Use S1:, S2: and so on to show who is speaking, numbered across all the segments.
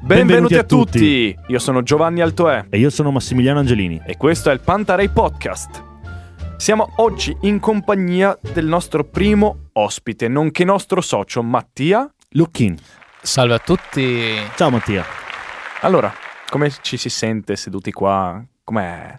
S1: Benvenuti, a tutti.
S2: tutti.
S1: Io sono Giovanni Altoè
S2: E io sono Massimiliano Angelini.
S1: e questo è il Pantarei Podcast. Siamo oggi in compagnia del nostro primo ospite, nonché nostro socio Mattia.
S2: Lucchin.
S3: Salve a tutti.
S2: Ciao Mattia.
S1: Allora, come ci si sente seduti qua? Com'è?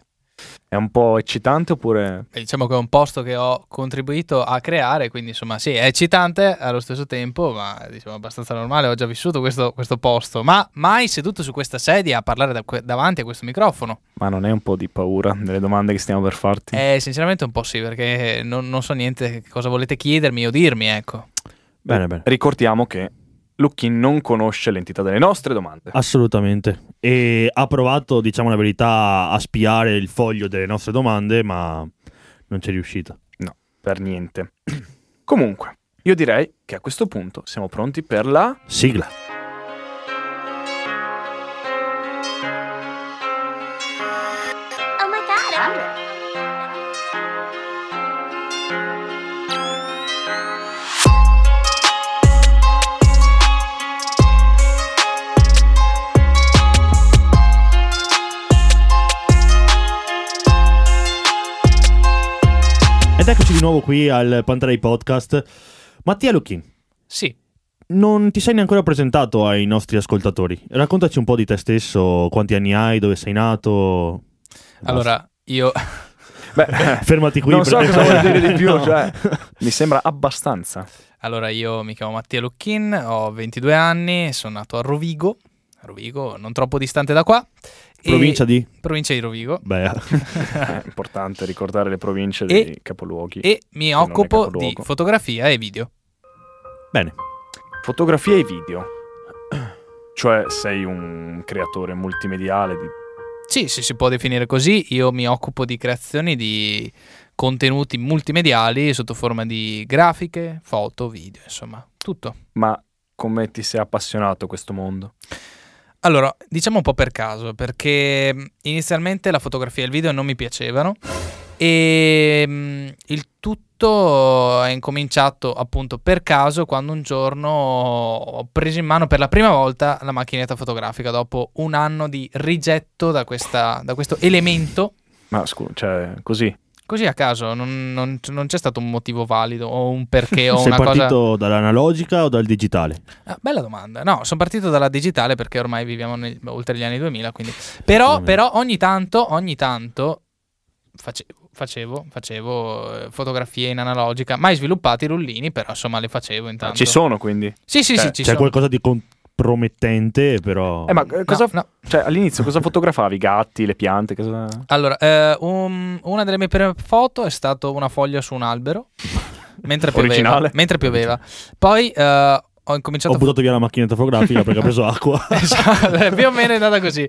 S1: È un po' eccitante oppure...
S3: E Diciamo che è un posto che ho contribuito a creare, quindi insomma sì, è eccitante allo stesso tempo, ma diciamo abbastanza normale, ho già vissuto questo, questo posto, ma mai seduto su questa sedia a parlare da que- davanti a questo microfono.
S1: Ma non è un po' di paura delle domande che stiamo per farti?
S2: Mm.
S3: Eh, sinceramente un po' sì, perché non, non so niente che cosa volete chiedermi o dirmi, ecco.
S2: Bene, bene.
S1: Ricordiamo che Lucchin non conosce l'entità delle nostre domande.
S2: Ah. Assolutamente. E ha provato, diciamo la verità, a spiare il foglio delle nostre domande, ma non ci è riuscita.
S1: Per niente. Comunque, io direi che a questo punto siamo pronti per la...
S2: Sigla.
S4: Oh my god, I'm
S2: Ed eccoci di nuovo qui al Pantarei Podcast. Mattia Lucchin,
S3: Sì,
S2: non ti sei neanche ancora presentato ai nostri ascoltatori. Raccontaci un po' di te stesso, quanti anni hai, dove sei nato. Basta.
S3: allora io...
S1: Beh,
S2: Fermati qui.
S1: non so
S2: perché-
S1: cosa vuol dire di più,
S2: No.
S1: cioè, mi sembra abbastanza.
S3: Allora, io mi chiamo Mattia Lucchin, ho 22 anni, sono nato a Rovigo, a Rovigo, non troppo distante da qua. e-
S2: Provincia di...
S3: Provincia di Rovigo.
S2: Beh,
S1: È eh, importante ricordare le province
S3: E-
S1: dei capoluoghi.
S3: E mi
S1: non è
S3: occupo di
S1: capoluogo.
S3: fotografia e video.
S2: bene.
S1: Fotografia e video. Cioè, sei un creatore multimediale di
S3: Sì, se si può definire così, io mi occupo di creazioni di contenuti multimediali sotto forma di grafiche, foto, video, insomma, tutto.
S1: Ma come ti sei appassionato a questo mondo?
S3: Allora, diciamo un po' per caso, perché mh, inizialmente la fotografia e il video non mi piacevano e mh, il tutto è incominciato appunto per caso quando un giorno ho preso in mano per la prima volta la macchinetta fotografica dopo un anno di rigetto da, questa- da questo elemento.
S1: Ma scusa, cioè, così.
S3: Così a caso, non, non- non c'è stato un motivo valido o un perché o
S2: sei
S3: una cosa...
S2: partito dall'analogica o dal digitale?
S3: Ah, bella domanda. No, sono partito dalla digitale perché ormai viviamo nel- oltre gli anni 2000, quindi... Però,
S2: Veramente.
S3: però ogni tanto, ogni tanto facevo, facevo, facevo eh, fotografie in analogica, mai sviluppati i rullini, però insomma le facevo intanto.
S1: Ci sono quindi.
S3: Sì, sì,
S1: Cioè,
S3: sì, ci
S2: C'è
S3: sono.
S2: qualcosa di compromettente, però.
S1: Eh, ma eh,
S3: No,
S1: cosa.
S3: no.
S1: Cioè, all'inizio cosa fotografavi? I gatti, le piante? Cosa...
S3: Allora, eh, um, una delle mie prime foto è stata una foglia su un albero, mentre pioveva.
S1: Originale.
S3: Mentre pioveva. Poi eh, ho incominciato
S2: Ho buttato via la macchinetta fotografica perché ho preso acqua.
S3: Esatto, più o meno è andata così.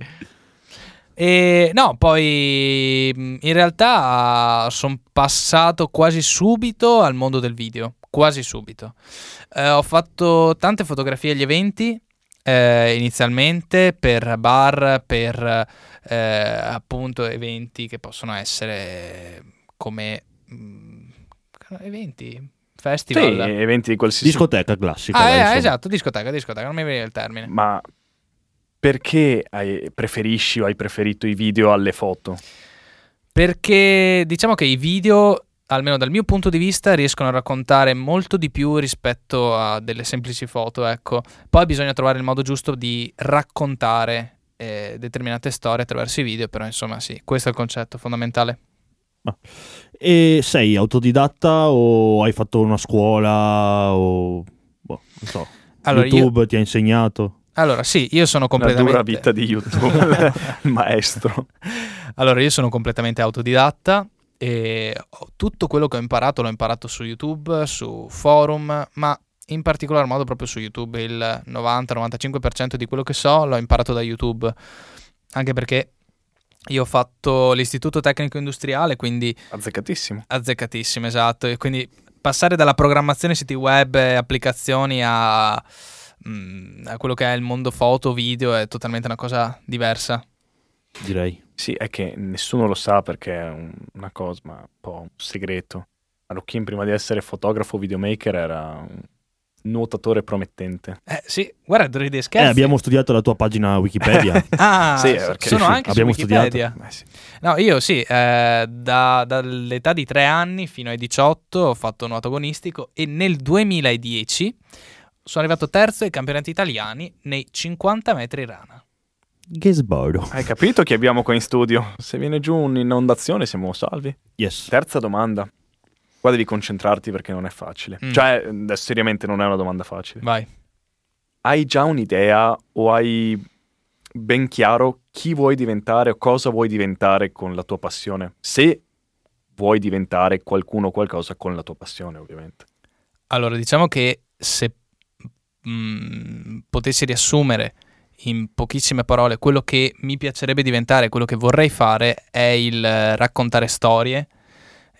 S3: E no, poi mh, in realtà sono passato quasi subito al mondo del video, quasi subito. Eh, ho fatto tante fotografie agli eventi. eh, inizialmente per bar, per eh, appunto eventi che possono essere come mh, eventi,
S1: Sì,
S3: festival.
S1: eventi di qualsiasi.
S2: Discoteca classica.
S3: Ah,
S2: dai,
S3: eh,
S2: insomma.
S3: esatto, discoteca, discoteca, non mi viene il termine.
S1: Ma perché hai- preferisci o hai preferito i video alle foto?
S3: Perché diciamo che i video, almeno dal mio punto di vista, riescono a raccontare molto di più rispetto a delle semplici foto, ecco. Poi bisogna trovare il modo giusto di raccontare eh, determinate storie attraverso i video, però insomma sì, questo è il concetto fondamentale.
S2: E sei autodidatta o hai fatto una scuola o. boh, non so.
S3: Allora, io,
S2: YouTube ti ha insegnato.
S3: allora sì, io sono completamente...
S1: La dura vita di YouTube, il maestro.
S3: Allora, io sono completamente autodidatta e ho- tutto quello che ho imparato l'ho imparato su YouTube, su forum, ma in particolar modo proprio su YouTube. Il 90-95% di quello che so l'ho imparato da YouTube, anche perché io ho fatto l'istituto tecnico industriale, quindi
S1: Azzeccatissimo.
S3: azzeccatissimo, esatto, e quindi passare dalla programmazione siti web e applicazioni a, mm, a quello che è il mondo foto, video è totalmente una cosa diversa.
S2: Direi.
S1: Sì, è che nessuno lo sa perché è un- una cosa, ma un po' un segreto. Ma Lucchin prima di essere fotografo videomaker era un nuotatore promettente.
S3: Eh, sì, guarda, ride
S2: Eh,
S3: scherzi.
S2: abbiamo studiato la tua pagina Wikipedia.
S3: Ah,
S1: Sì, perché-
S3: sono
S2: sì,
S3: anche su
S2: abbiamo studiato.
S3: Wikipedia.
S1: Eh sì.
S3: No, io sì, eh, da- dall'età di 3 anni fino ai 18 ho fatto nuoto agonistico e nel 2010 sono arrivato terzo ai campionati italiani nei 50 metri rana.
S2: Gesboro.
S1: Hai capito chi abbiamo qua in studio? Se viene giù un'inondazione siamo salvi.
S2: Yes.
S1: Terza domanda. Qua devi concentrarti perché non è facile.
S3: Mm.
S1: Cioè, eh, seriamente non è una domanda facile.
S3: Vai.
S1: Hai già un'idea o hai ben chiaro chi vuoi diventare o cosa vuoi diventare con la tua passione? Se vuoi diventare qualcuno o qualcosa con la tua passione, ovviamente.
S3: Allora, diciamo che se mm, potessi riassumere in pochissime parole quello che mi piacerebbe diventare, quello che vorrei fare è il eh, raccontare storie,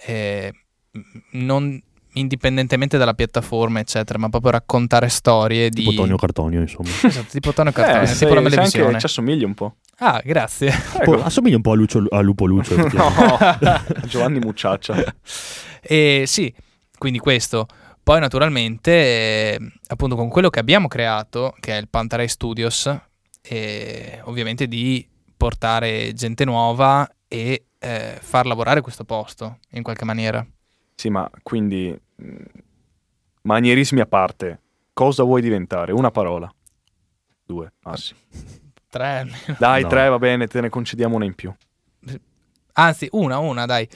S3: eh, m- non indipendentemente dalla piattaforma, eccetera, ma proprio raccontare storie di
S2: Tipo Tonio Cartonio, insomma.
S3: Esatto, tipo Tonio Cartone,
S1: Eh,
S3: tipo
S1: sei-
S3: la
S1: sei anche-
S3: televisione.
S1: ci assomigli un po'.
S3: Ah, grazie.
S1: Ecco.
S2: Po- assomiglia un po' a, Lucio- a Lupo Lucio. effettivamente.
S1: No, Giovanni Mucciaccia.
S3: E sì, quindi questo. Poi naturalmente, eh, appunto con quello che abbiamo creato, che è il Pantarai Studios, eh, ovviamente di portare gente nuova e eh, far lavorare questo posto in qualche maniera.
S1: Sì, ma quindi mh, manierismi a parte, cosa vuoi diventare? Una parola. Due, massimo.
S3: Tre.
S1: Dai,
S2: No.
S1: tre, va bene, te ne concediamo una in più.
S3: Anzi, una, una, dai.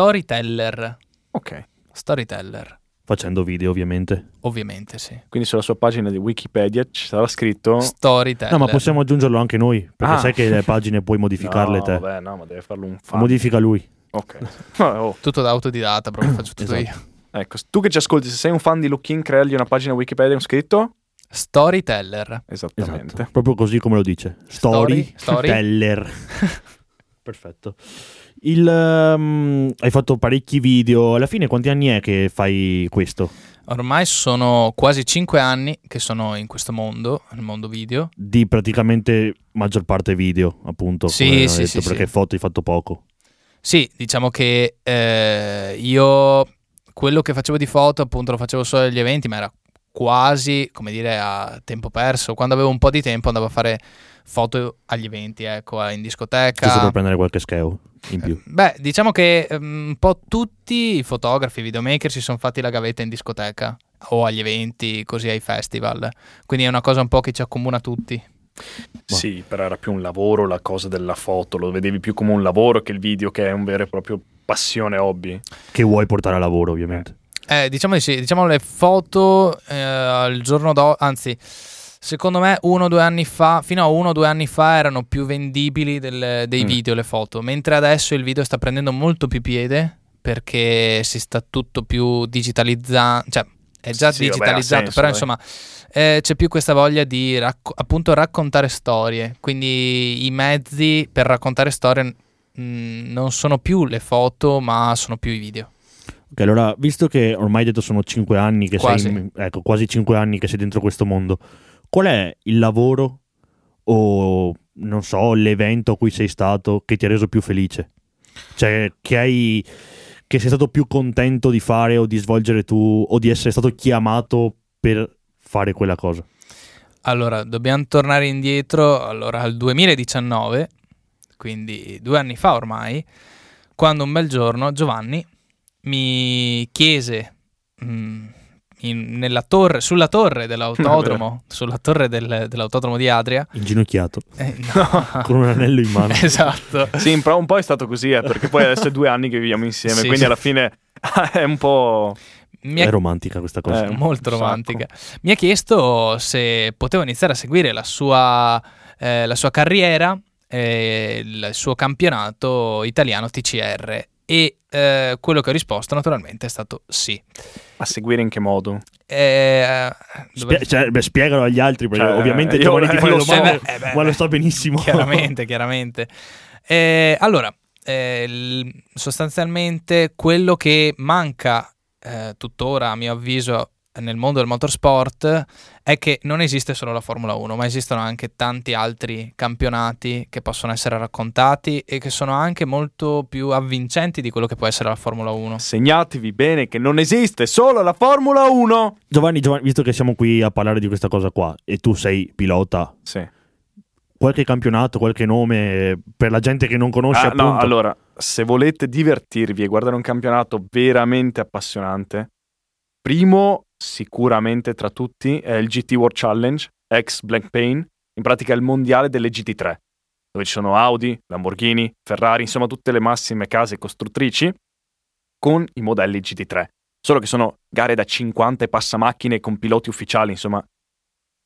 S3: Storyteller.
S1: Ok.
S3: Storyteller,
S2: Facendo video, ovviamente.
S3: ovviamente sì.
S1: Quindi sulla sua pagina di Wikipedia ci sarà scritto...
S3: Storyteller.
S2: No, ma possiamo aggiungerlo anche noi. Perché
S1: Ah.
S2: sai che le pagine puoi modificarle
S1: no,
S2: te.
S1: Vabbè, no, ma deve farlo un fan.
S2: Modifica lui.
S1: ok. Ah, oh,
S3: Tutto da autodidatta, proprio faccio tutto
S2: Esatto.
S3: io.
S1: Ecco, tu che ci ascolti, se sei un fan di Lucchin, creagli una pagina Wikipedia con scritto...
S3: Storyteller.
S1: Esattamente.
S2: Esatto. Proprio così come lo dice.
S3: Story,
S2: Story,
S3: story.
S2: teller. Perfetto. Il, ehm, hai fatto parecchi video. Alla fine quanti anni è che fai questo?
S3: Ormai sono quasi 5 anni che sono in questo mondo, nel mondo video.
S2: Di praticamente maggior parte video, appunto.
S3: Sì,
S2: come ho
S3: sì,
S2: detto,
S3: sì,
S2: Perché
S3: sì.
S2: foto hai fatto poco.
S3: Sì, diciamo che eh, io quello che facevo di foto appunto lo facevo solo agli eventi, ma era quasi, come dire, a tempo perso. Quando avevo un po' di tempo andavo a fare foto agli eventi, ecco,
S2: Giusto
S3: in discoteca.
S2: per prendere qualche scheo in più.
S3: Beh, diciamo che ehm, un po' tutti i fotografi, i videomaker si sono fatti la gavetta in discoteca o agli eventi, così ai festival. Quindi è una cosa un po' che ci accomuna tutti.
S1: Sì, però era più un lavoro la cosa della foto, lo vedevi più come un lavoro che il video, che è un vero e proprio passione, hobby.
S2: Che vuoi portare a lavoro, ovviamente.
S3: Eh, diciamo di sì, diciamo le foto eh, al giorno dopo, anzi, secondo me uno o due anni fa, fino a uno o due anni fa erano più vendibili del- dei
S1: Mm.
S3: video le foto, mentre adesso il video sta prendendo molto più piede perché si sta tutto più digitalizzando, cioè è già
S1: Sì, vabbè, ha
S3: digitalizzato,
S1: senso, dai.
S3: però insomma eh, c'è più questa voglia di racco- appunto raccontare storie, quindi i mezzi per raccontare storie mh, non sono più le foto ma sono più i video.
S2: Ok, allora, visto che ormai hai detto sono 5 anni che
S3: Quasi.
S2: sei in- ecco, quasi 5 anni che sei dentro questo mondo, qual è il lavoro o non so, l'evento a cui sei stato che ti ha reso più felice? Cioè, che hai che sei stato più contento di fare o di svolgere tu o di essere stato chiamato per fare quella cosa?
S3: Allora, dobbiamo tornare indietro allora, al 2019, quindi due anni fa ormai, quando un bel giorno Giovanni mi chiese mm, in- nella torre, sulla torre dell'autodromo, sulla torre del- dell'autodromo di Adria,
S2: Inginocchiato,
S3: eh, no,
S2: con un anello in mano.
S3: esatto,
S1: Sì, però un po' è stato così, eh, perché poi adesso è due anni che viviamo insieme,
S3: Sì,
S1: quindi
S3: sì.
S1: alla fine è un po'...
S3: mi ha
S2: È romantica questa cosa.
S1: Eh, un
S3: molto
S1: sacco.
S3: romantica. Mi ha chiesto se potevo iniziare a seguire la sua, eh, la sua carriera, eh, il suo campionato italiano TCR. E eh, quello che ho risposto naturalmente è stato sì.
S1: A seguire in che modo?
S3: Eh, dove-
S2: Spie- cioè, beh, spiegalo agli altri, perché
S1: Cioè,
S2: ovviamente
S1: io-
S2: Giovanni ti fa le
S1: lo so.
S2: domande,
S3: Eh, beh,
S2: ma lo
S3: beh.
S2: so benissimo.
S3: Chiaramente, chiaramente. Eh, allora, eh, il- sostanzialmente quello che manca eh, tuttora, a mio avviso, nel mondo del motorsport è che non esiste solo la Formula 1, ma esistono anche tanti altri campionati che possono essere raccontati e che sono anche molto più avvincenti di quello che può essere la Formula 1.
S1: Segnatevi bene che non esiste solo la Formula 1.
S2: Giovanni, Giovanni, visto che siamo qui a parlare di questa cosa qua e tu sei pilota,
S1: Sì.
S2: qualche campionato, qualche nome eh, per la gente che non conosce
S1: Ah,
S2: appunto.
S1: no, allora, se volete divertirvi e guardare un campionato veramente appassionante, primo sicuramente tra tutti è il GT World Challenge, ex Blackpain, in pratica il mondiale delle GT3, dove ci sono Audi, Lamborghini, Ferrari, insomma tutte le massime case costruttrici con i modelli GT3. Solo che sono gare da 50 e passa macchine con piloti ufficiali, insomma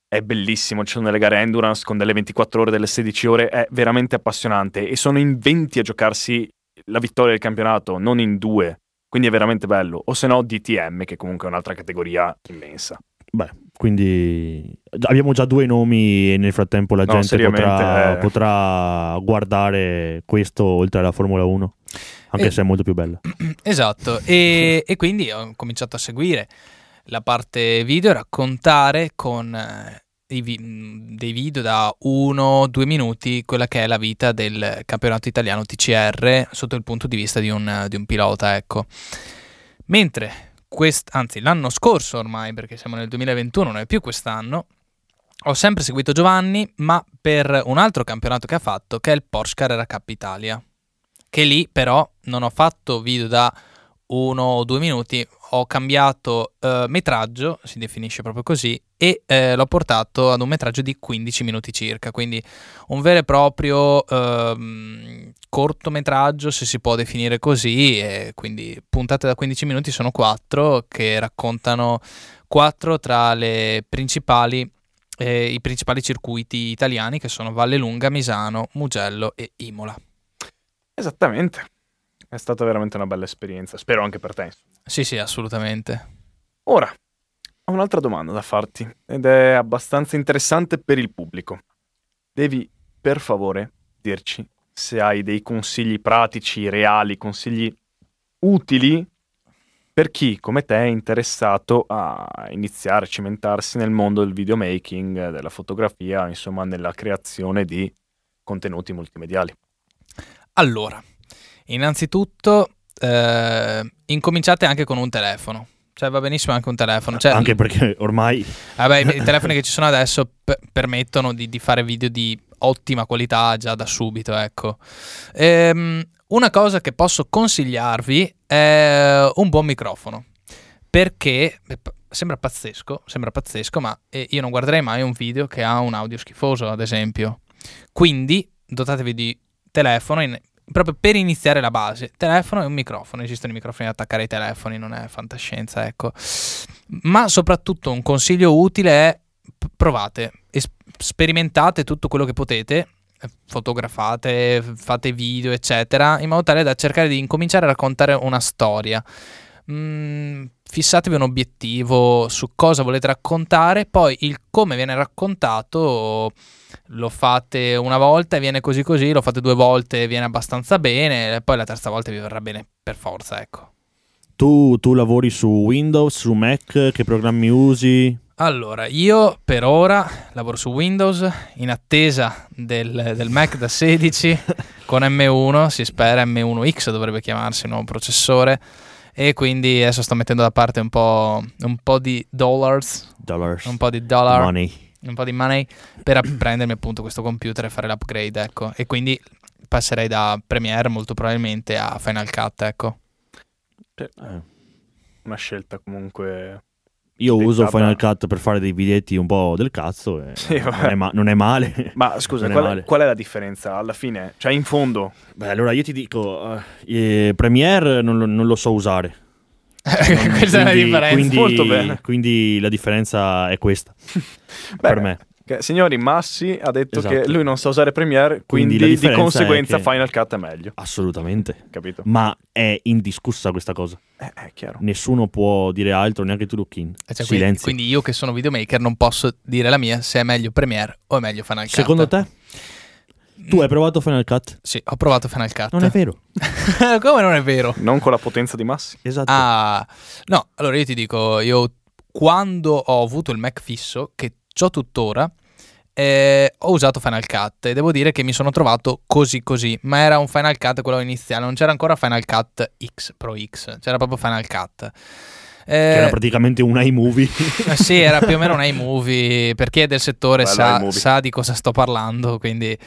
S1: è bellissimo, ci sono delle gare endurance con delle 24 ore, delle 16 ore, è veramente appassionante e sono in 20 a giocarsi la vittoria del campionato, non in due, quindi è veramente bello. O se no DTM, che comunque è un'altra categoria immensa.
S2: Beh, quindi già- abbiamo già due nomi e nel frattempo la
S1: No,
S2: gente potrà,
S1: seriamente, eh.
S2: potrà guardare questo oltre alla Formula 1, anche
S3: E-
S2: se è molto più bella.
S3: Esatto, e, e quindi ho cominciato a seguire la parte video e raccontare con eh, i vi- mh, dei video da 1-2 minuti quella che è la vita del campionato italiano TCR sotto il punto di vista di un, di un pilota, ecco. Mentre, quest- anzi l'anno scorso ormai, perché siamo nel 2021, non è più quest'anno, ho sempre seguito Giovanni, ma per un altro campionato che ha fatto, che è il Porsche Carrera Cup Italia che lì però non ho fatto video da uno o due minuti, ho cambiato eh, metraggio, si definisce proprio così, e eh, l'ho portato ad un metraggio di 15 minuti circa, quindi un vero e proprio ehm, cortometraggio, se si può definire così, e quindi puntate da 15 minuti sono quattro che raccontano quattro tra le principali, eh, i principali circuiti italiani che sono Vallelunga, Misano, Mugello e Imola.
S1: Esattamente. È stata veramente una bella esperienza, spero anche per te.
S3: Sì, sì, assolutamente.
S1: Ora, ho un'altra domanda da farti ed è abbastanza interessante per il pubblico. Devi, per favore, dirci se hai dei consigli pratici, reali, consigli utili per chi, come te, è interessato a iniziare a cimentarsi nel mondo del videomaking, della fotografia, insomma, nella creazione di contenuti multimediali.
S3: Allora, innanzitutto eh, incominciate anche con un telefono. Cioè va benissimo anche un telefono. Cioè,
S2: anche perché ormai
S3: vabbè, i telefoni che ci sono adesso per- permettono di, di fare video di ottima qualità già da subito, ecco. Ehm, una cosa che posso consigliarvi è un buon microfono. Perché beh, p- sembra pazzesco, sembra pazzesco, ma eh, io non guarderei mai un video che ha un audio schifoso, ad esempio. Quindi dotatevi di telefono in- proprio per iniziare la base. Telefono e un microfono. Esistono i microfoni da attaccare ai telefoni, non è fantascienza, ecco. Ma soprattutto un consiglio utile è p- provate, es- sperimentate tutto quello che potete. eh, Fotografate, f- fate video, eccetera, in modo tale da cercare di incominciare a raccontare una storia. Mm, fissatevi un obiettivo su cosa volete raccontare, poi il come viene raccontato lo fate una volta e viene così così, lo fate due volte e viene abbastanza bene, e poi la terza volta vi verrà bene per forza, ecco.
S2: tu, tu lavori su Windows, su Mac, che programmi usi?
S3: Allora, io per ora lavoro su Windows in attesa del, del Mac da 16 con M1, si spera M1X dovrebbe chiamarsi il nuovo processore e quindi adesso sto mettendo da parte un po', un po' di dollars,
S2: Dollars.
S3: un po' di dollar,
S2: Money.
S3: un po' di money per app- prendermi appunto questo computer e fare l'upgrade, ecco. E quindi passerei da Premiere molto probabilmente a Final Cut, ecco.
S2: Eh.
S1: Una scelta comunque...
S2: Io uso
S1: Dettata.
S2: Final Cut per fare dei videtti un po' del cazzo e
S1: Sì,
S2: non,
S1: vabbè.
S2: è ma- non è male.
S1: Ma scusa,
S2: Eh, Non è
S1: qual
S2: male.
S1: è, qual è la differenza alla fine? Cioè, in fondo,
S2: Beh, allora io ti dico, eh, Premiere non lo, non lo so usare.
S3: Questa è la
S2: Quindi-
S3: differenza.
S2: Quindi,
S1: Molto bene.
S2: quindi la differenza è questa
S1: Beh,
S2: per me.
S1: Che- Signori, Massi ha detto
S2: Esatto.
S1: che lui non sa usare Premiere,
S2: Quindi
S1: quindi,
S2: la
S1: di
S2: differenza
S1: conseguenza
S2: è che-
S1: Final Cut è meglio,
S2: Assolutamente.
S1: capito?
S2: Ma è indiscussa questa cosa.
S1: Eh, è chiaro.
S2: Nessuno può dire altro, neanche tu, Lucchin.
S3: Eh, cioè, quindi,
S2: Silenzio.
S3: quindi io che sono videomaker non posso dire la mia se è meglio Premiere o è meglio Final Cut.
S2: Secondo te? Tu hai provato Final Cut?
S3: Sì, ho provato Final Cut.
S2: Non è vero.
S3: Come non è vero?
S1: Non con la potenza di Massi.
S2: Esatto.
S3: Ah, no, allora io ti dico, io quando ho avuto il Mac fisso, che ho tuttora, eh, ho usato Final Cut e devo dire che mi sono trovato così così, ma era un Final Cut quello iniziale, non c'era ancora Final Cut X Pro X, c'era proprio Final Cut.
S2: che
S3: Eh,
S2: era praticamente un iMovie.
S3: eh sì, era più o meno un iMovie. Per chi è del settore
S1: Bello
S3: sa,
S1: iMovie.
S3: sa di cosa sto parlando. Quindi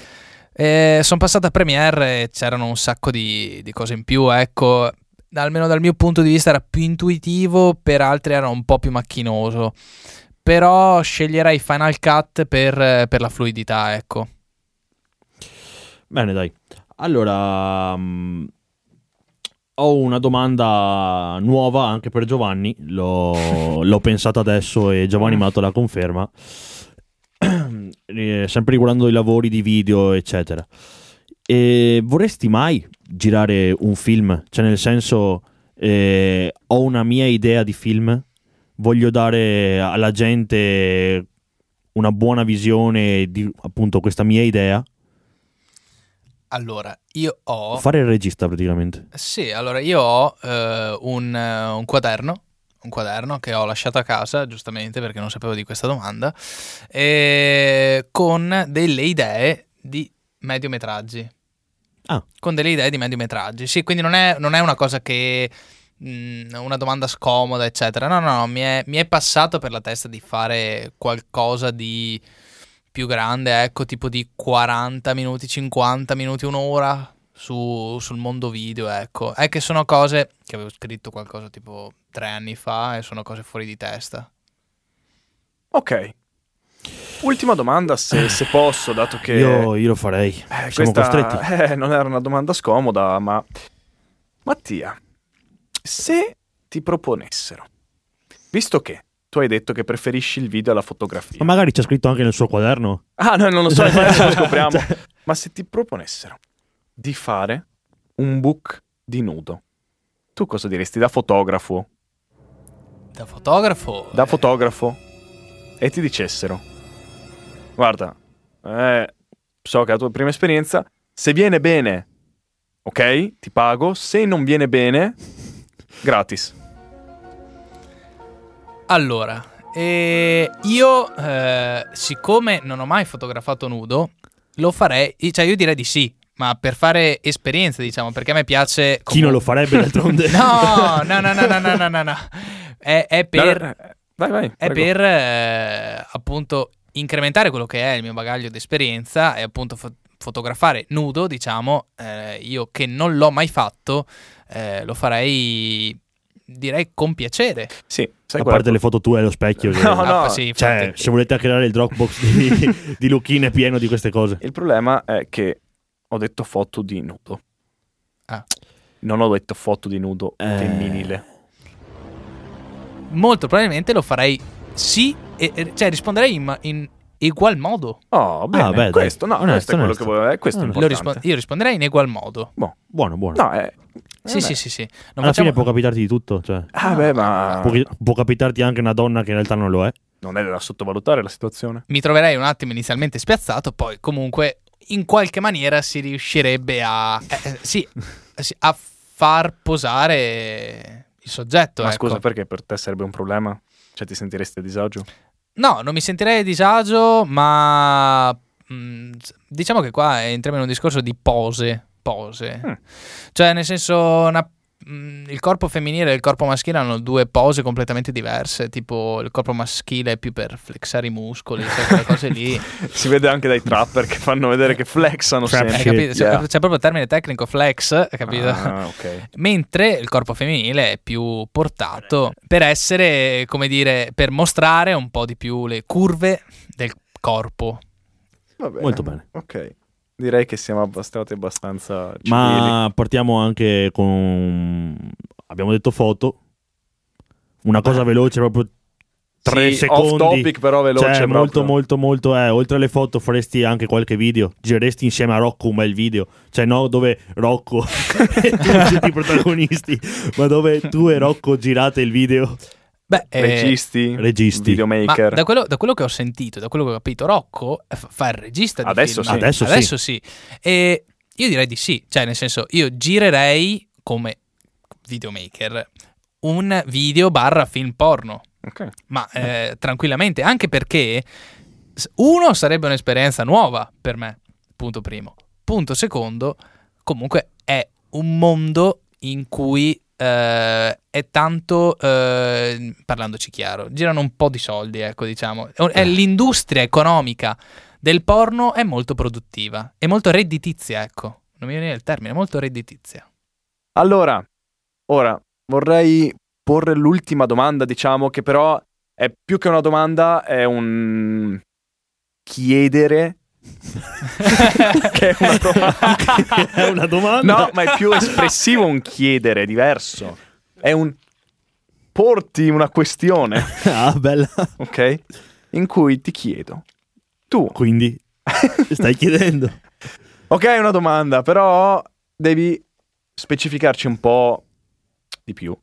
S3: sono passata a Premiere e c'erano un sacco di, di cose in più. Ecco, almeno dal mio punto di vista era più intuitivo, per altri era un po' più macchinoso. Però sceglierei Final Cut per, per la fluidità, ecco.
S2: Bene, dai. Allora, mm, ho una domanda nuova anche per Giovanni. L'ho, l'ho pensata adesso e Giovanni Mato la conferma. Eh, Sempre riguardando i lavori di video, eccetera. E vorresti mai girare un film? Cioè, nel senso, eh, ho una mia idea di film, voglio dare alla gente una buona visione di appunto questa mia idea.
S3: Allora, io ho.
S2: Fare il regista praticamente.
S3: Sì, allora io ho eh, un, eh, un quaderno, un quaderno che ho lasciato a casa, giustamente perché non sapevo di questa domanda, eh, con delle idee di mediometraggi.
S2: Ah.
S3: Con delle idee di mediometraggi. Sì, quindi non è, non è una cosa che... mh, una domanda scomoda, eccetera. No, no, no, mi è, mi è passato per la testa di fare qualcosa di più grande, ecco, tipo di 40 minuti, 50 minuti, un'ora su- sul mondo video, ecco. È che sono cose che avevo scritto qualcosa tipo tre anni fa e sono cose fuori di testa.
S1: Ok. Ultima domanda, se, se posso, dato che...
S2: Eh. Io, io lo farei.
S1: Eh,
S2: Siamo
S1: questa
S2: costretti.
S1: eh, non era una domanda scomoda, ma Mattia, se ti proponessero, visto che tu hai detto che preferisci il video alla fotografia,
S2: Ma magari c'è scritto anche nel suo quaderno.
S1: ah, no, non lo so, infatti lo scopriamo.
S2: Cioè,
S1: Ma se ti proponessero di fare un book di nudo, tu cosa diresti da fotografo?
S3: Da fotografo?
S1: Da
S3: eh,
S1: fotografo? E ti dicessero, guarda, eh, so che è la tua prima esperienza, se viene bene, ok, ti pago, se non viene bene, gratis.
S3: Allora, eh, io eh, siccome non ho mai fotografato nudo, lo farei, cioè io direi di sì, ma per fare esperienza, diciamo, perché a me piace...
S2: Chi non lo farebbe d'altronde?
S3: No, no, no, no, no, no, no, no, no. È, è per...
S1: No, no, eh, Vai, vai.
S3: è
S1: prego.
S3: per eh, appunto incrementare quello che è il mio bagaglio di esperienza e appunto fo- fotografare nudo, diciamo, eh, io che non l'ho mai fatto, eh, lo farei direi con piacere.
S1: Sì, sai
S2: A
S1: qual è
S2: parte
S1: il
S2: le foto tue allo specchio. che-
S1: No,
S3: Ah,
S1: no.
S3: sì, infatti.
S2: Cioè, se volete creare il Dropbox di, di Luchino è pieno di queste cose.
S1: Il problema è che ho detto foto di nudo.
S3: Ah.
S1: Non ho detto foto di nudo
S2: Eh.
S1: femminile.
S3: Molto probabilmente lo farei sì, e- e- cioè risponderei in, ma- in ugual modo.
S1: Oh, bene.
S2: Ah, beh, dai.
S1: questo, no, questo
S2: Onesto,
S1: è quello
S2: onesto.
S1: che volevo. eh, Questo è
S2: Onesto.
S3: Lo
S1: importante. Boh.
S3: rispo- io risponderei in ugual modo.
S2: Buono, buono.
S1: No, eh,
S3: Sì,
S1: eh,
S3: sì,
S1: beh.
S3: sì, sì. Non
S2: Alla
S3: facciamo-
S2: fine può capitarti di tutto. Cioè,
S1: Ah, beh, ma
S2: può, può capitarti anche una donna che in realtà non lo è.
S1: non è da sottovalutare la situazione.
S3: mi troverei un attimo inizialmente spiazzato, poi comunque in qualche maniera si riuscirebbe a, eh, eh, sì, sì, a far posare il soggetto.
S1: Ma
S3: ecco.
S1: scusa, perché per te sarebbe un problema? Cioè, ti sentiresti a disagio?
S3: No, non mi sentirei a disagio, ma mh, diciamo che qua entriamo in un discorso di pose. Pose.
S1: Mm.
S3: Cioè, nel senso, una- mh, il corpo femminile e il corpo maschile hanno due pose completamente diverse. Tipo, il corpo maschile è più per flexare i muscoli, sai, quelle cose lì.
S1: Si vede anche dai trapper che fanno vedere che flexano
S2: Trap
S1: sempre.
S2: Sì,
S3: Hai Eh, capito? C'è,
S1: yeah.
S3: c'è proprio il termine tecnico flex, hai capito?
S1: Ah, ok.
S3: Mentre il corpo femminile è più portato per essere, come dire, per mostrare un po' di più le curve del corpo.
S1: Va bene.
S2: Molto bene.
S1: Ok. Direi che siamo abbastati abbastanza civili.
S2: Ma partiamo anche con. Abbiamo detto foto. Una cosa veloce, proprio 3
S1: Sì,
S2: secondi.
S1: Off topic, però veloce.
S2: cioè, molto,
S1: proprio.
S2: molto, molto. eh, oltre alle foto, faresti anche qualche video. Gireresti insieme a Rocco un bel video. Cioè, no, dove Rocco e tu siete i protagonisti, ma dove tu e Rocco girate il video.
S3: Beh, eh,
S1: Registi,
S2: registi.
S3: ma
S1: videomaker.
S3: da quello, da quello che ho sentito, da quello che ho capito, Rocco eh, fa fa il regista di
S1: Adesso
S3: film.
S1: sì.
S2: Adesso sì.
S3: Adesso sì. E io direi di sì, cioè nel senso io girerei come videomaker un video barra film porno.
S1: Ok.
S3: ma eh, tranquillamente, anche perché s- uno sarebbe un'esperienza nuova per me, punto primo. Punto secondo, comunque è un mondo in cui eh, è tanto, eh, parlandoci chiaro, girano un po' di soldi, ecco diciamo, È- è l'industria economica del porno è molto produttiva, è molto redditizia, ecco, non mi viene il termine, molto redditizia.
S1: Allora, ora vorrei porre l'ultima domanda, diciamo, che però è più che una domanda, è un chiedere. che è una domanda.
S2: è una domanda.
S1: No, ma è più espressivo un chiedere, è diverso. È un porti una questione,
S2: Ah, bella.
S1: ok? In cui ti chiedo. Tu,
S2: Quindi stai chiedendo.
S1: ok, è una domanda, però devi specificarci un po' di più.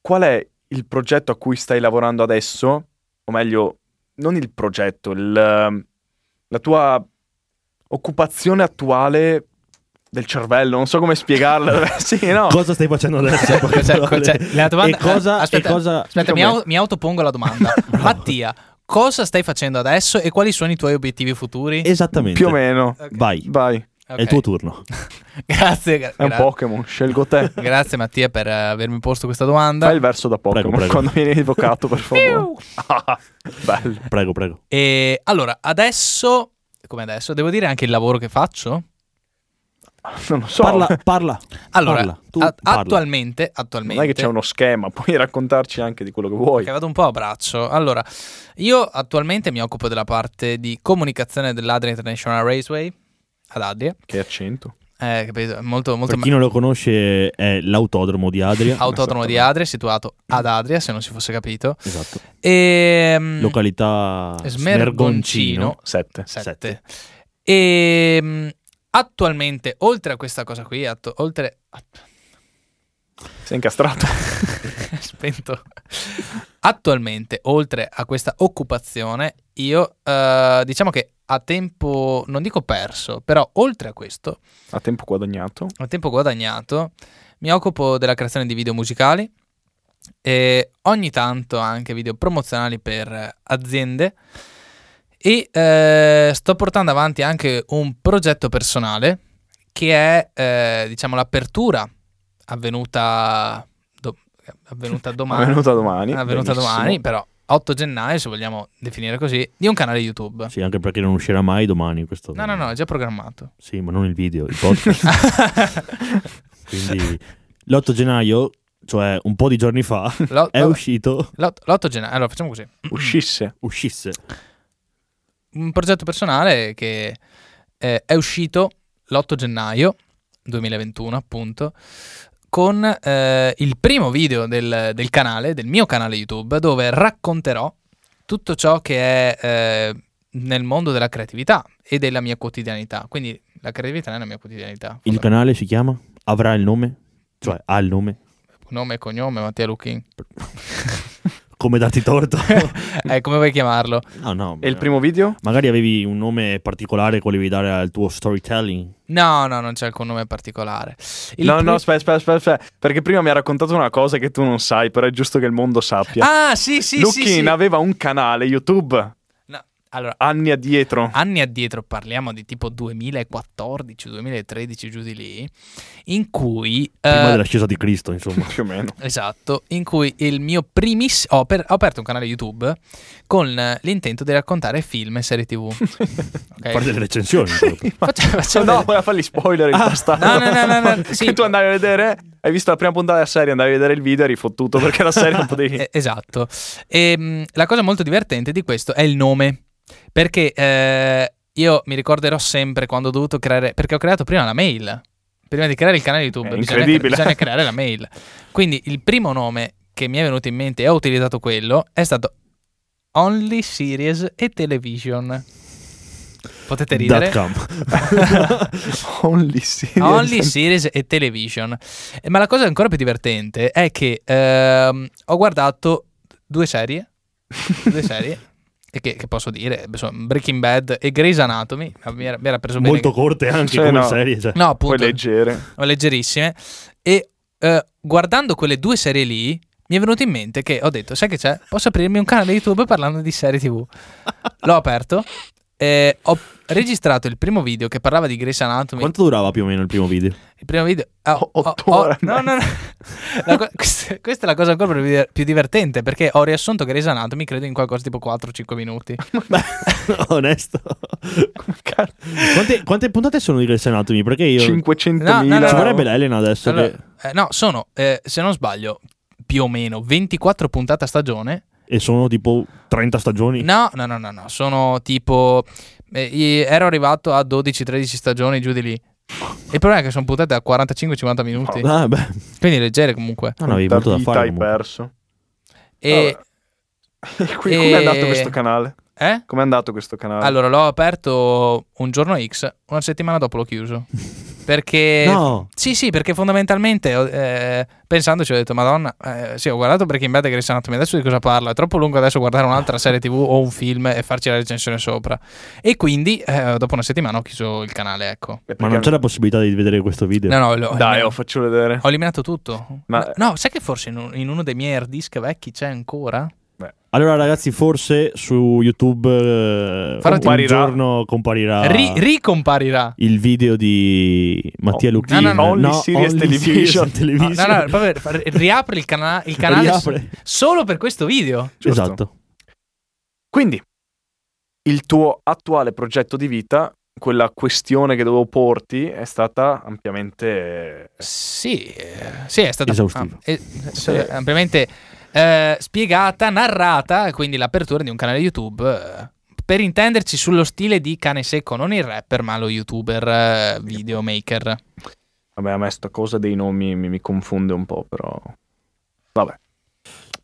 S1: Qual è il progetto a cui stai lavorando adesso? O meglio, non il progetto, il, la tua occupazione attuale del cervello, non so come spiegarla. sì, no.
S2: Cosa stai facendo adesso?
S3: Cioè,
S2: in poche
S3: cioè,
S2: parole?
S3: cioè, la domanda-
S2: E cosa,
S3: aspetta,
S2: e cosa-
S3: Aspetta, mi,
S1: Secondo
S3: au- mi autopongo la domanda. Mattia, cosa stai facendo adesso e quali sono i tuoi obiettivi futuri?
S2: Esattamente.
S1: Più o meno.
S3: Ok,
S2: Vai,
S1: Vai,
S3: ok.
S2: è il tuo turno.
S3: Grazie, gra-
S1: è un
S3: gra-
S1: Pokémon, scelgo te.
S3: grazie Mattia per eh, avermi posto questa domanda.
S1: Fai il verso da Pokémon
S2: Prego, prego.
S1: quando viene evocato, per favore. Ah, bello.
S2: Prego, prego.
S3: E allora, adesso, come adesso, devo dire anche il lavoro che faccio?
S1: Non lo so.
S2: Parla, parla.
S3: Allora,
S2: Parla, tu
S3: a-
S2: parla.
S3: attualmente, attualmente
S1: Non è che c'è uno schema, puoi raccontarci anche di quello che vuoi.
S3: Perché vado un po' a braccio. Allora, io attualmente mi occupo della parte di comunicazione dell'Adria International Raceway ad Adria.
S1: Che accento.
S3: Eh, capito? Molto, molto
S2: Per chi non lo conosce è l'autodromo di Adria.
S3: autodromo di Adria, situato ad Adria, se non si fosse capito. Ehm,
S2: Esatto.
S3: E,
S2: Località
S3: Mm. Smergoncino.
S1: Sette.
S3: 7. E mm, attualmente, oltre a questa cosa qui, attu- oltre att-
S1: Sei incastrato.
S3: spento. Attualmente, oltre a questa occupazione, io eh, diciamo che a tempo non dico perso, però oltre a questo,
S1: A tempo guadagnato.
S3: a tempo guadagnato, mi occupo della creazione di video musicali e ogni tanto anche video promozionali per eh, aziende e eh, sto portando avanti anche un progetto personale che è eh, diciamo l'apertura avvenuta, do- avvenuta domani,
S1: Benvenuta domani.
S3: avvenuta
S1: Benissimo.
S3: domani però 8 gennaio se vogliamo definire così di un canale YouTube.
S2: Sì, anche perché non uscirà mai domani questo.
S3: No, no, no, è già programmato.
S2: Sì, ma non il video, il podcast. Quindi l'8 gennaio, cioè un po' di giorni fa,
S3: L'o-
S2: è uscito.
S3: l'ot- L'8 gennaio, allora facciamo così.
S1: Uscisse.
S2: Uscisse.
S3: un progetto personale che eh, è uscito l'8 gennaio 2021, appunto, con eh, il primo video del, del canale, del mio canale YouTube, dove racconterò tutto ciò che è eh, nel mondo della creatività e della mia quotidianità. Quindi la creatività è la mia quotidianità.
S2: Il canale si chiama? Avrà il nome? Cioè, ha il nome?
S3: Nome e cognome, Mattia Luchin.
S2: Come dati torto?
S3: Eh, come vuoi chiamarlo?
S2: no, no.
S1: E il primo video?
S2: Magari avevi un nome particolare che volevi dare al tuo storytelling.
S3: No, no, non c'è alcun nome particolare. Il
S1: no,
S3: pri-
S1: no, aspetta, aspetta, aspetta. Perché prima mi ha raccontato una cosa che tu non sai, però è giusto che il mondo sappia.
S3: Ah, sì, sì,
S1: Lucchin
S3: sì. sì.
S1: aveva un canale YouTube
S3: No, allora,
S1: anni addietro.
S3: anni addietro, parliamo di tipo 2014, 2013, giù di lì, in cui...
S2: Prima
S3: eh,
S2: dell'ascesa di Cristo, insomma.
S1: Più o meno.
S3: Esatto, in cui il mio primissimo... Ho, aper- ho aperto un canale YouTube con eh, l'intento di raccontare film e serie tv.
S2: A
S3: Ok?
S2: parte le recensioni. proprio.
S3: Faccio- faccio
S1: Cioè, No,
S3: vedere-
S1: voleva fargli spoiler il bastardo.
S3: Ah. no, no, no, no, no, sì.
S1: Che tu andavi a vedere, hai visto la prima puntata della serie, andavi a vedere il video, eri fottuto perché la serie non potevi...
S3: Eh, esatto. E, mh, la cosa molto divertente di questo è il nome. Perché eh, io mi ricorderò sempre quando ho dovuto creare. Perché ho creato prima la mail. Prima di creare il canale YouTube,
S1: È
S3: bisogna,
S1: incredibile.
S3: bisogna creare la mail. Quindi il primo nome che mi è venuto in mente e ho utilizzato quello è stato Only Series e Television. Potete ridere.
S2: Dot com.
S1: Only series.
S3: Only Series e Television. Eh, Ma la cosa ancora più divertente è che ehm, ho guardato due serie. due serie. e Che, che posso dire? Insomma, Breaking Bad e Grey's Anatomy. Ma Mi era, mi era preso
S2: Molto
S3: bene.
S2: corte anche
S1: Cioè,
S2: come
S1: no.
S2: serie. Cioè.
S3: No, appunto,
S1: Puoi leggere.
S3: leggerissime. E eh, guardando quelle due serie lì, mi è venuto in mente che ho detto, sai che c'è? Posso aprirmi un canale YouTube parlando di serie TV. L'ho aperto e ho registrato il primo video che parlava di Grey's Anatomy.
S2: Quanto durava più o meno il primo video?
S3: Il primo video... ah,
S1: O-
S3: ho-
S1: otto
S3: ho-
S1: ore e
S3: no, no, no. La co- questa, questa è la cosa ancora più, più divertente perché ho riassunto Grey's Anatomy credo in qualcosa tipo 4-5 minuti.
S2: Beh, onesto.
S1: Cazzo.
S2: Quante, quante puntate sono di Grey's Anatomy? Perché io...
S1: 500.000.
S3: No, no,
S2: Ci
S3: no.
S2: vorrebbe la Elena adesso.
S3: Allora,
S2: che-
S3: eh, no, sono, eh, se non sbaglio, più o meno 24 puntate a stagione.
S2: E sono tipo 30 stagioni.
S3: No, no, no, no, no, sono tipo... eh, i- ero arrivato a 12-13 stagioni giù di lì. Il problema è che sono puntate a 45-50 minuti,
S2: Ah, beh.
S3: quindi leggere comunque.
S2: Non avevi molto da
S1: vita
S2: fare.
S1: hai
S2: comunque.
S1: perso.
S3: E,
S1: E qui- Com'è
S3: E-
S1: andato questo canale?
S3: eh?
S1: Com'è andato questo canale?
S3: Allora, l'ho aperto un giorno X, una settimana dopo l'ho chiuso. Perché...
S2: No.
S3: Sì, sì, perché fondamentalmente ho- eh, pensandoci ho detto, Madonna, eh, sì, ho guardato Breaking Bad e Grey's Anatomy, adesso di cosa parlo? È troppo lungo adesso guardare un'altra serie TV o un film e farci la recensione sopra. E quindi, eh, dopo una settimana, ho chiuso il canale, ecco.
S1: Eh, perché-
S2: Ma non c'è la possibilità di vedere questo video.
S3: No, no, lo-
S1: Dai,
S3: ho,
S1: lo faccio vedere.
S3: eliminato tutto.
S1: Ma-
S3: No, sai che forse in, un- in uno dei miei hard disk vecchi c'è ancora?
S2: Allora, ragazzi, forse su YouTube eh,
S3: Farò
S2: un
S1: comparirà.
S2: giorno
S1: Ah.
S2: comparirà
S3: Ri- ricomparirà.
S2: il video di Mattia
S1: Oh,
S2: Lucchini.
S3: no, no, no.
S1: Only Series Television.
S3: No, no, no, proprio r- riapri il, cana- il canale
S2: Riapre.
S3: s- solo per questo video.
S1: Giusto.
S2: Esatto.
S1: Quindi, il tuo attuale progetto di vita, quella questione che dovevo porti, è stata ampiamente...
S3: Sì, eh, sì, è stata
S2: Esaustivo.
S3: am- eh, sì, ampiamente eh, spiegata, narrata, quindi l'apertura di un canale YouTube. eh, per intenderci sullo stile di cane secco, non il rapper, ma lo youtuber eh, videomaker.
S1: Vabbè, a me sta cosa dei nomi mi, mi confonde un po', però... Vabbè.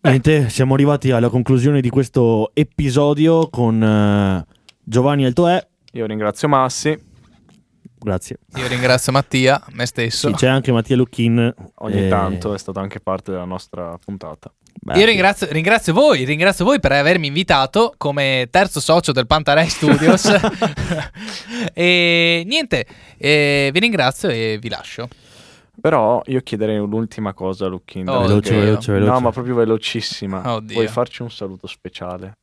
S2: Niente, siamo arrivati alla conclusione di questo episodio con eh, Giovanni Altoè.
S1: Io ringrazio Massi.
S2: Grazie.
S3: Io ringrazio Mattia, me stesso.
S2: Sì, c'è anche Mattia Lucchin.
S1: Ogni
S2: eh,
S1: tanto è stato anche parte della nostra puntata.
S2: beh,
S3: Io ringrazio, ringrazio voi, ringrazio voi per avermi invitato come terzo socio del Pantarai Studios. e niente, eh, vi ringrazio e vi lascio.
S1: Però io chiederei un'ultima cosa a Lucchini.
S3: Oh,
S2: Veloce,
S3: Dio.
S2: veloce, veloce.
S1: No, ma proprio velocissima.
S3: Oddio.
S1: Vuoi farci un saluto speciale?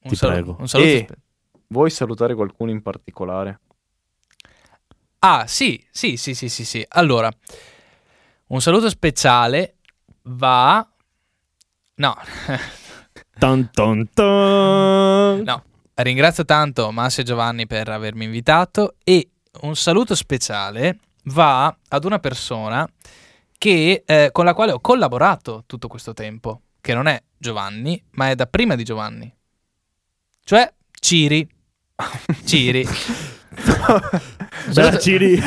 S3: Un
S2: Ti
S3: saluto-
S2: prego.
S3: Un saluto.
S1: E- Vuoi salutare qualcuno in particolare?
S3: Ah, sì, sì, sì, sì, sì, sì. Allora, un saluto speciale va... No,
S2: Tan, tan, tan.
S3: no. Ringrazio tanto Massimo e Giovanni per avermi invitato e un saluto speciale va ad una persona che, eh, con la quale ho collaborato tutto questo tempo, che non è Giovanni, ma è da prima di Giovanni. Cioè Ciri. Ciri.
S2: Bella Ciri.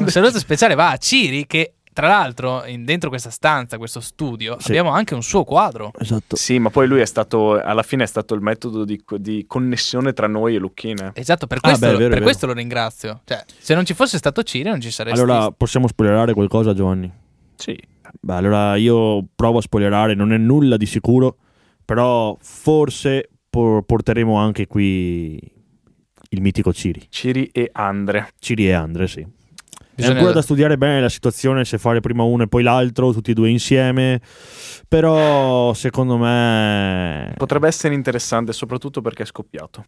S3: un saluto speciale va a Ciri che tra l'altro in- dentro questa stanza, questo studio,
S2: Sì.
S3: abbiamo anche un suo quadro.
S2: esatto.
S1: Sì, ma poi lui è stato, alla fine è stato il metodo di, di connessione tra noi e Lucchine.
S3: Esatto, per
S2: Ah, beh,
S3: questo,
S2: è vero,
S3: per
S2: è vero.
S3: questo lo ringrazio. Cioè, se non ci fosse stato Ciri non ci saresti.
S2: Allora, possiamo spoilerare qualcosa, Giovanni?
S1: Sì.
S2: Beh, allora io provo a spoilerare, non è nulla di sicuro, però forse por- porteremo anche qui il mitico Ciri.
S1: Ciri e Andre.
S2: Ciri e Andre, sì. È
S3: Bisogna-
S2: ancora da studiare bene la situazione, se fare prima uno e poi l'altro, tutti e due insieme, però secondo me...
S1: Potrebbe essere interessante, soprattutto perché è scoppiato.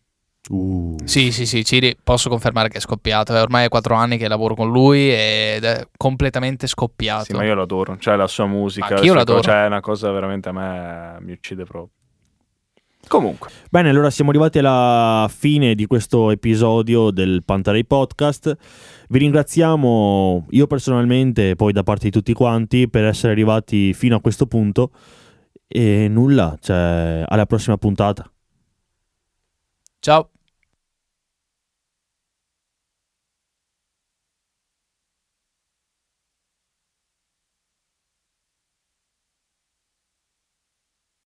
S2: Uh.
S3: Sì, sì, sì, Ciri posso confermare che è scoppiato. È ormai quattro anni che lavoro con lui ed è completamente scoppiato.
S1: Sì, ma io l'adoro. Cioè, la sua musica.
S3: Ma
S1: la
S3: Esatto. anch'io
S1: sua
S3: l'adoro.
S1: co- Cioè, è una cosa veramente a me mi uccide proprio. Comunque,
S2: Bene, allora siamo arrivati alla fine di questo episodio del Pantarei Podcast. Vi ringraziamo io personalmente e poi da parte di tutti quanti per essere arrivati fino a questo punto. E nulla, cioè, alla prossima puntata.
S3: Ciao.